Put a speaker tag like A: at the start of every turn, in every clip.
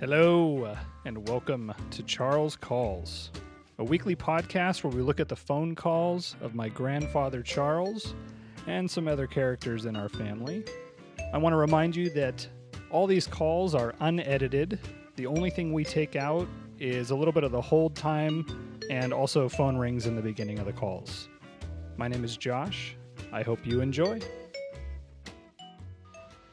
A: Hello, and welcome to Charles Calls, a weekly podcast where we look at the phone calls of my grandfather Charles and some other characters in our family. I want to remind you that all these calls are unedited. The only thing we take out is a little bit of the hold time and also phone rings in the beginning of the calls. My name is Josh. I hope you enjoy.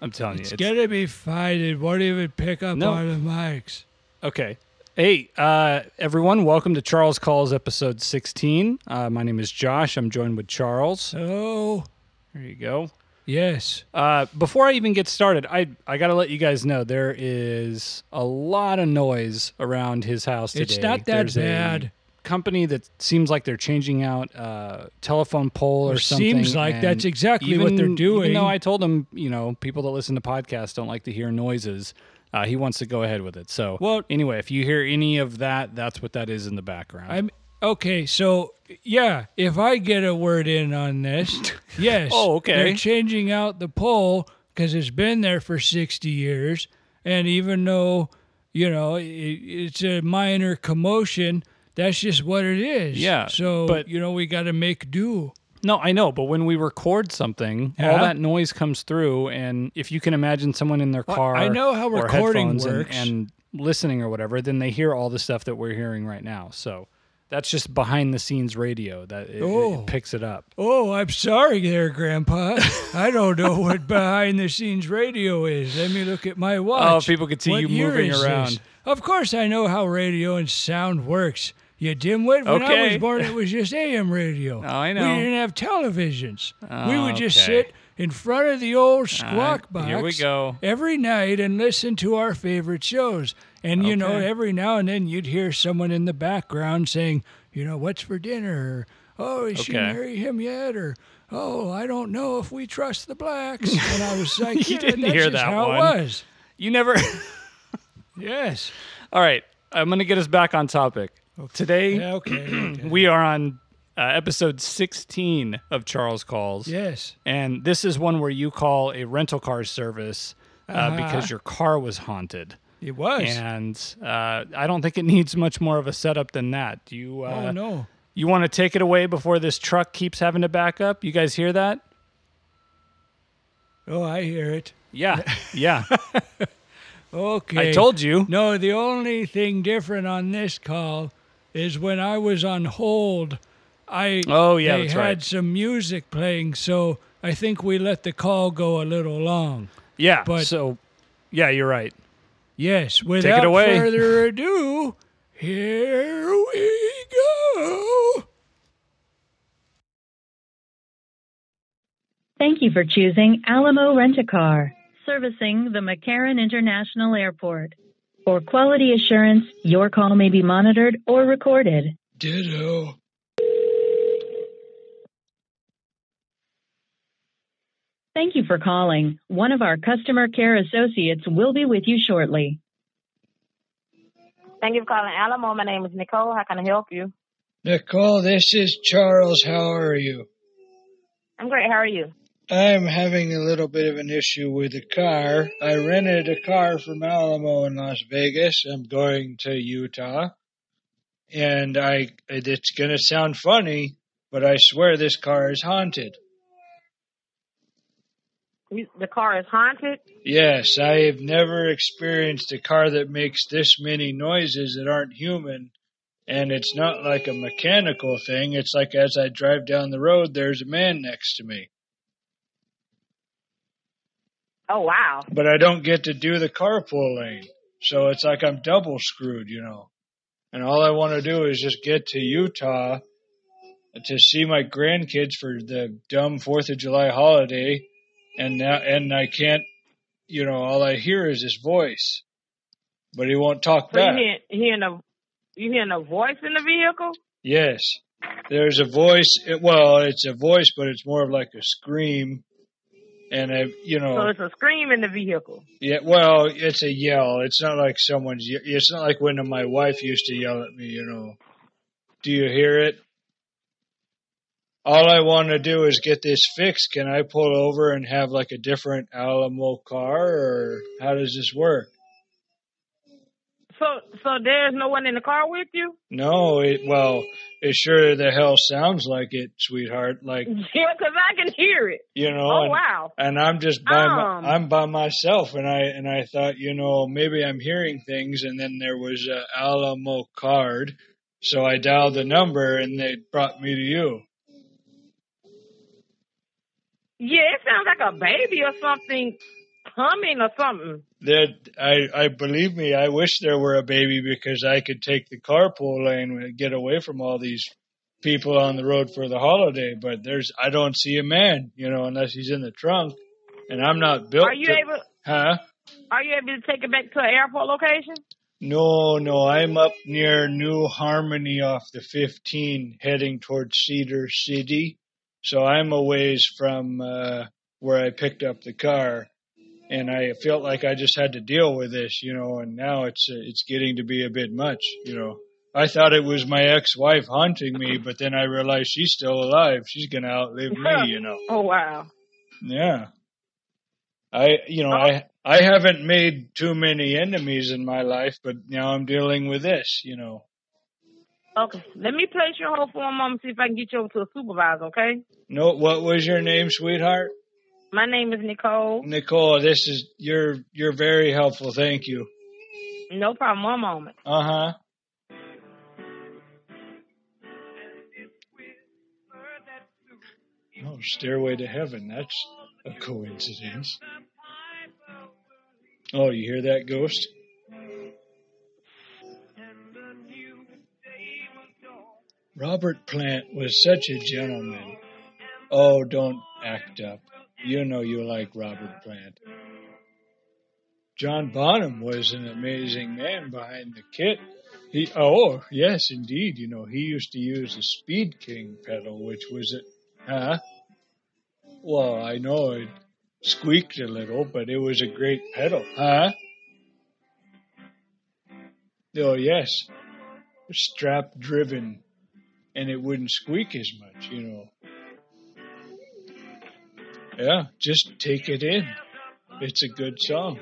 A: I'm telling
B: It's
A: you, it's-
B: gonna be fine. It won't even pick up
A: No.
B: on the mics.
A: Okay. Hey, uh, everyone, welcome to Charles Calls episode 16. Uh, my name is Josh. I'm joined with Charles.
B: So
A: There you go.
B: yes,
A: Uh, before I even get started, I, I got to let you guys know there is a lot of noise around his house today.
B: it's not that
A: There's a
B: bad.
A: company that seems like they're changing out a telephone pole or
B: It
A: something.
B: seems like
A: and
B: that's exactly what they're doing.
A: Even though I told him, you know, people that listen to podcasts don't like to hear noises, uh, he wants to go ahead with it. So,
B: Well-
A: anyway, if you hear any of that, that's what that is in the background.
B: I'm okay. So yeah, if I get a word in on this, yes.
A: Oh, okay.
B: They're changing out the poll because it's been there for sixty years, and even though you know it, it's a minor commotion, that's just what it is.
A: Yeah,
B: So
A: but-
B: you know we got to make do.
A: no, I know, but when we record something, all
B: Yeah?
A: that noise comes through, and if you can imagine someone in their car,
B: I know how
A: or
B: recording
A: headphones and-
B: works.
A: and listening or whatever, then they hear all the stuff that we're hearing right now. So. That's just behind the scenes radio that it-
B: Oh.
A: it picks it up.
B: Oh, I'm sorry there, Grandpa. I don't know what behind the scenes radio is. Let me look at my watch.
A: Oh, people could see
B: What
A: you
B: year
A: moving
B: is
A: around.
B: this? Of course, I know how radio and sound works. You dimwit. When I
A: Okay.
B: was born, it was just AM radio.
A: Oh, I know. Oh,
B: We didn't have televisions. we would just
A: okay.
B: sit in front of the old squawk
A: Uh,
B: box
A: here we go.
B: every night and listen to our favorite shows. And you know,
A: Okay.
B: every now and then you'd hear someone in the background saying, you know, what's for dinner? Or, oh, is she
A: Okay.
B: marry him yet? Or oh, I don't know if we trust the blacks. And I was like,
A: You
B: yeah,
A: didn't
B: that's
A: hear
B: just
A: that
B: how
A: one.
B: it was.
A: You never.
B: Yes.
A: All right, I'm going to get us back on topic. Today,
B: Yeah, okay.
A: we are on uh, episode 16 of Charles Calls.
B: yes.
A: And this is one where you call a rental car service uh,
B: Uh-huh.
A: because your car was haunted.
B: It was.
A: And uh, I don't think it needs much more of a setup than that. Do you, uh,
B: oh no.
A: you want to take it away before this truck keeps having to back up? You guys hear that?
B: Oh, I hear it.
A: Yeah. Yeah.
B: Okay.
A: I told you.
B: No, the only thing different on this call is when I was on hold, I
A: Oh, yeah,
B: they
A: that's
B: had
A: right.
B: some music playing, so I think we let the call go a little long.
A: Yeah.
B: But-
A: so, yeah, you're right.
B: Yes, without
A: away.
B: further ado, here we go.
C: Thank you for choosing Alamo Rent-A-Car, servicing the McCarran International Airport. For quality assurance, your call may be monitored or recorded.
B: Ditto.
C: Thank you for calling. One of our customer care associates will be with you shortly.
D: Thank you for calling Alamo. My name is Nicole. How can I help you?
B: Nicole, this is Charles. How are you?
D: I'm great. How are you?
B: I'm having a little bit of an issue with a car. I rented a car from Alamo in Las Vegas. I'm going to Utah. And I it's going to sound funny, but I swear this car is haunted.
D: You- The car is haunted.
B: Yes, I have never experienced a car that makes this many noises that aren't human. And it's not like a mechanical thing. It's like as I drive down the road, there's a man next to me.
D: Oh wow.
B: But I don't get to do the carpool lane. So it's like I'm double screwed, you know. And all I want to do is just get to Utah to see my grandkids for the dumb 4th of July holiday. And now, and I can't, you know, all I hear is his voice. But he won't talk
D: So
B: back.
D: you hear, hearing a you hearing a voice in the vehicle?
B: Yes. There's a voice. It, well, it's a voice, but it's more of like a scream. And I, you
D: So
B: know,
D: it's a scream in the vehicle.
B: yeah. Well, it's a yell. It's not like someone's. ye- It's not like when my wife used to yell at me. You know, do you hear it? All I want to do is get this fixed. Can I pull over and have like a different Alamo car, or how does this work?
D: So, so there's no one in the car with you?
B: No, it well, it sure the hell sounds like it, sweetheart. Like
D: Yeah, 'cause I can hear it.
B: you know,
D: Oh,
B: and,
D: wow.
B: and I'm just by my,
D: Um.
B: I'm by myself, and I and I thought, you know, maybe I'm hearing things, and then there was a Alamo card, so I dialed the number, and they brought me to you.
D: Yeah, it sounds like a baby or something coming or something.
B: That I I believe me, I wish there were a baby because I could take the carpool lane and get away from all these people on the road for the holiday. But there's I don't see a man, you know, unless he's in the trunk, and I'm not built.
D: Are you
B: to-
D: able?
B: Huh?
D: Are you able to take it back to an airport location?
B: No, no, I'm up near New Harmony off the 15 heading towards Cedar City. So I'm a ways from uh, where I picked up the car. And I felt like I just had to deal with this, you know, and now it's uh, it's getting to be a bit much, you know. I thought it was my ex-wife haunting me, but then I realized she's still alive. She's going to outlive me, you know.
D: Oh wow.
B: Yeah. I you know, I I haven't made too many enemies in my life, but now I'm dealing with this, you know.
D: Okay, let me place your hold for a moment, see if I can get you over to a supervisor. Okay.
B: No, what was your name, sweetheart?
D: My name is Nicole.
B: Nicole, this is you're you're very helpful. Thank you.
D: No problem. One moment.
B: Uh-huh. Oh, Stairway to Heaven. That's a coincidence. Oh, you hear that ghost? Robert Plant was such a gentleman. Oh, don't act up. You know you like Robert Plant. John Bonham was an amazing man behind the kit. He, oh yes, indeed. You know he used to use the Speed King pedal, which was a, huh? Well, I know it squeaked a little, but it was a great pedal, huh? Oh yes, strap driven, and it wouldn't squeak as much, you know. Yeah, just take it in. It's a good song.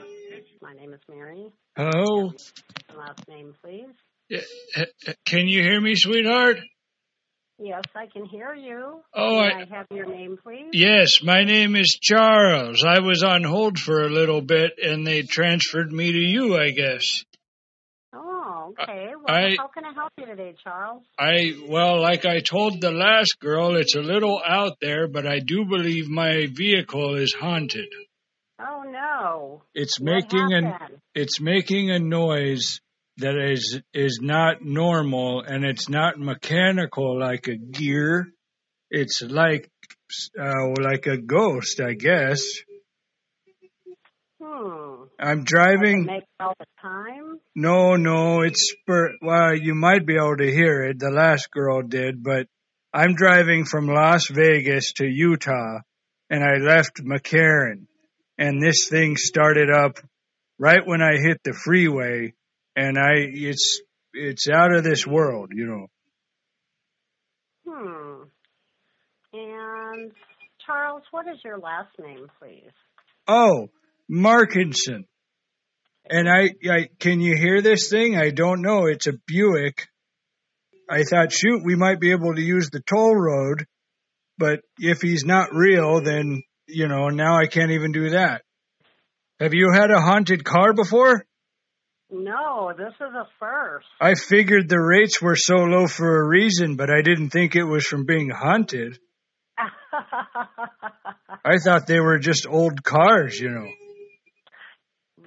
E: My name is Mary.
B: Oh,
E: Last name, please.
B: Uh, can you hear me, sweetheart?
E: Yes, I can hear you.
B: Oh,
E: May
B: I,
E: I have your name, please.
B: yes, my name is Charles. I was on hold for a little bit and they transferred me to you, I guess.
E: Oh, okay. Well,
B: I-
E: how can I help you today, Charles?
B: I, well, like I told the last girl, it's a little out there, but I do believe my vehicle is haunted.
E: Oh no.
B: It's
E: What
B: making an,
E: happened?
B: it's making a noise that is, is not normal and it's not mechanical like a gear. It's like, uh, like a ghost, I guess.
E: Hmm.
B: I'm
E: Does it
B: driving.
E: make all the time.
B: No, no, it's spur. Well, you might be able to hear it. The last girl did, but I'm driving from Las Vegas to Utah and I left McCarran and this thing started up right when I hit the freeway and I, it's, it's out of this world, you know.
E: Hmm. And Charles, what is your last name, please?
B: Oh, Markinson. And I, I, can you hear this thing? I don't know. It's a Buick. I thought, shoot, we might be able to use the toll road, but if he's not real, then, you know, now I can't even do that. Have you had a haunted car before?
E: No, this is a first.
B: I figured the rates were so low for a reason, but I didn't think it was from being haunted. I thought they were just old cars, you know.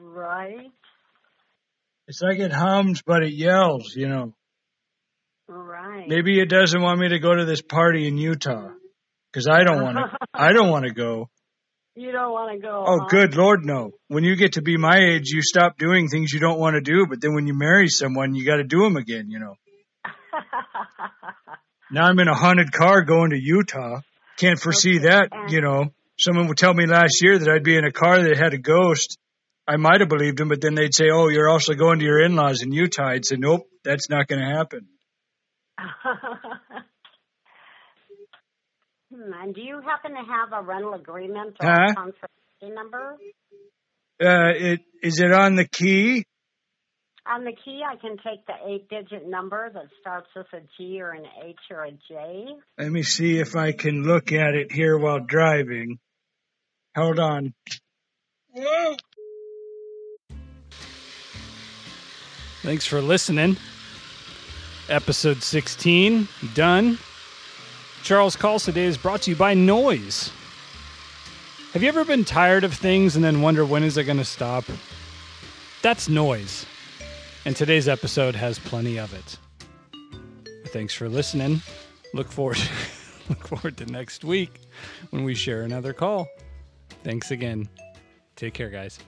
E: right.
B: It's like it hums, but it yells, you know.
E: Right.
B: Maybe it doesn't want me to go to this party in Utah because I don't want to. I don't want to go.
E: You don't want to go.
B: Oh,
E: huh?
B: good lord, no! When you get to be my age, you stop doing things you don't want to do. But then when you marry someone, you got to do them again. You know. Now I'm in a haunted car going to Utah. Can't foresee that. You know. Someone would tell me last year that I'd be in a car that had a ghost. I might have believed them, but then they'd say, "Oh, you're also going to your in-laws in Utah." I'd say, "Nope, that's not going to happen."
E: Hmm, and do you happen to have a rental agreement or
B: Huh?
E: a conservation number?
B: Uh, it is it on the key?
E: On the key, I can take the eight digit number that starts with a G or an H or a J.
B: Let me see if I can look at it here while driving. Hold on.
A: Thanks for listening. Episode 16, done. Charles Calls today is brought to you by Noise. Have you ever been tired of things and then wonder when is it going to stop? That's noise. And today's episode has plenty of it. Thanks for listening. Look forward look forward to next week when we share another call. Thanks again. Take care, guys.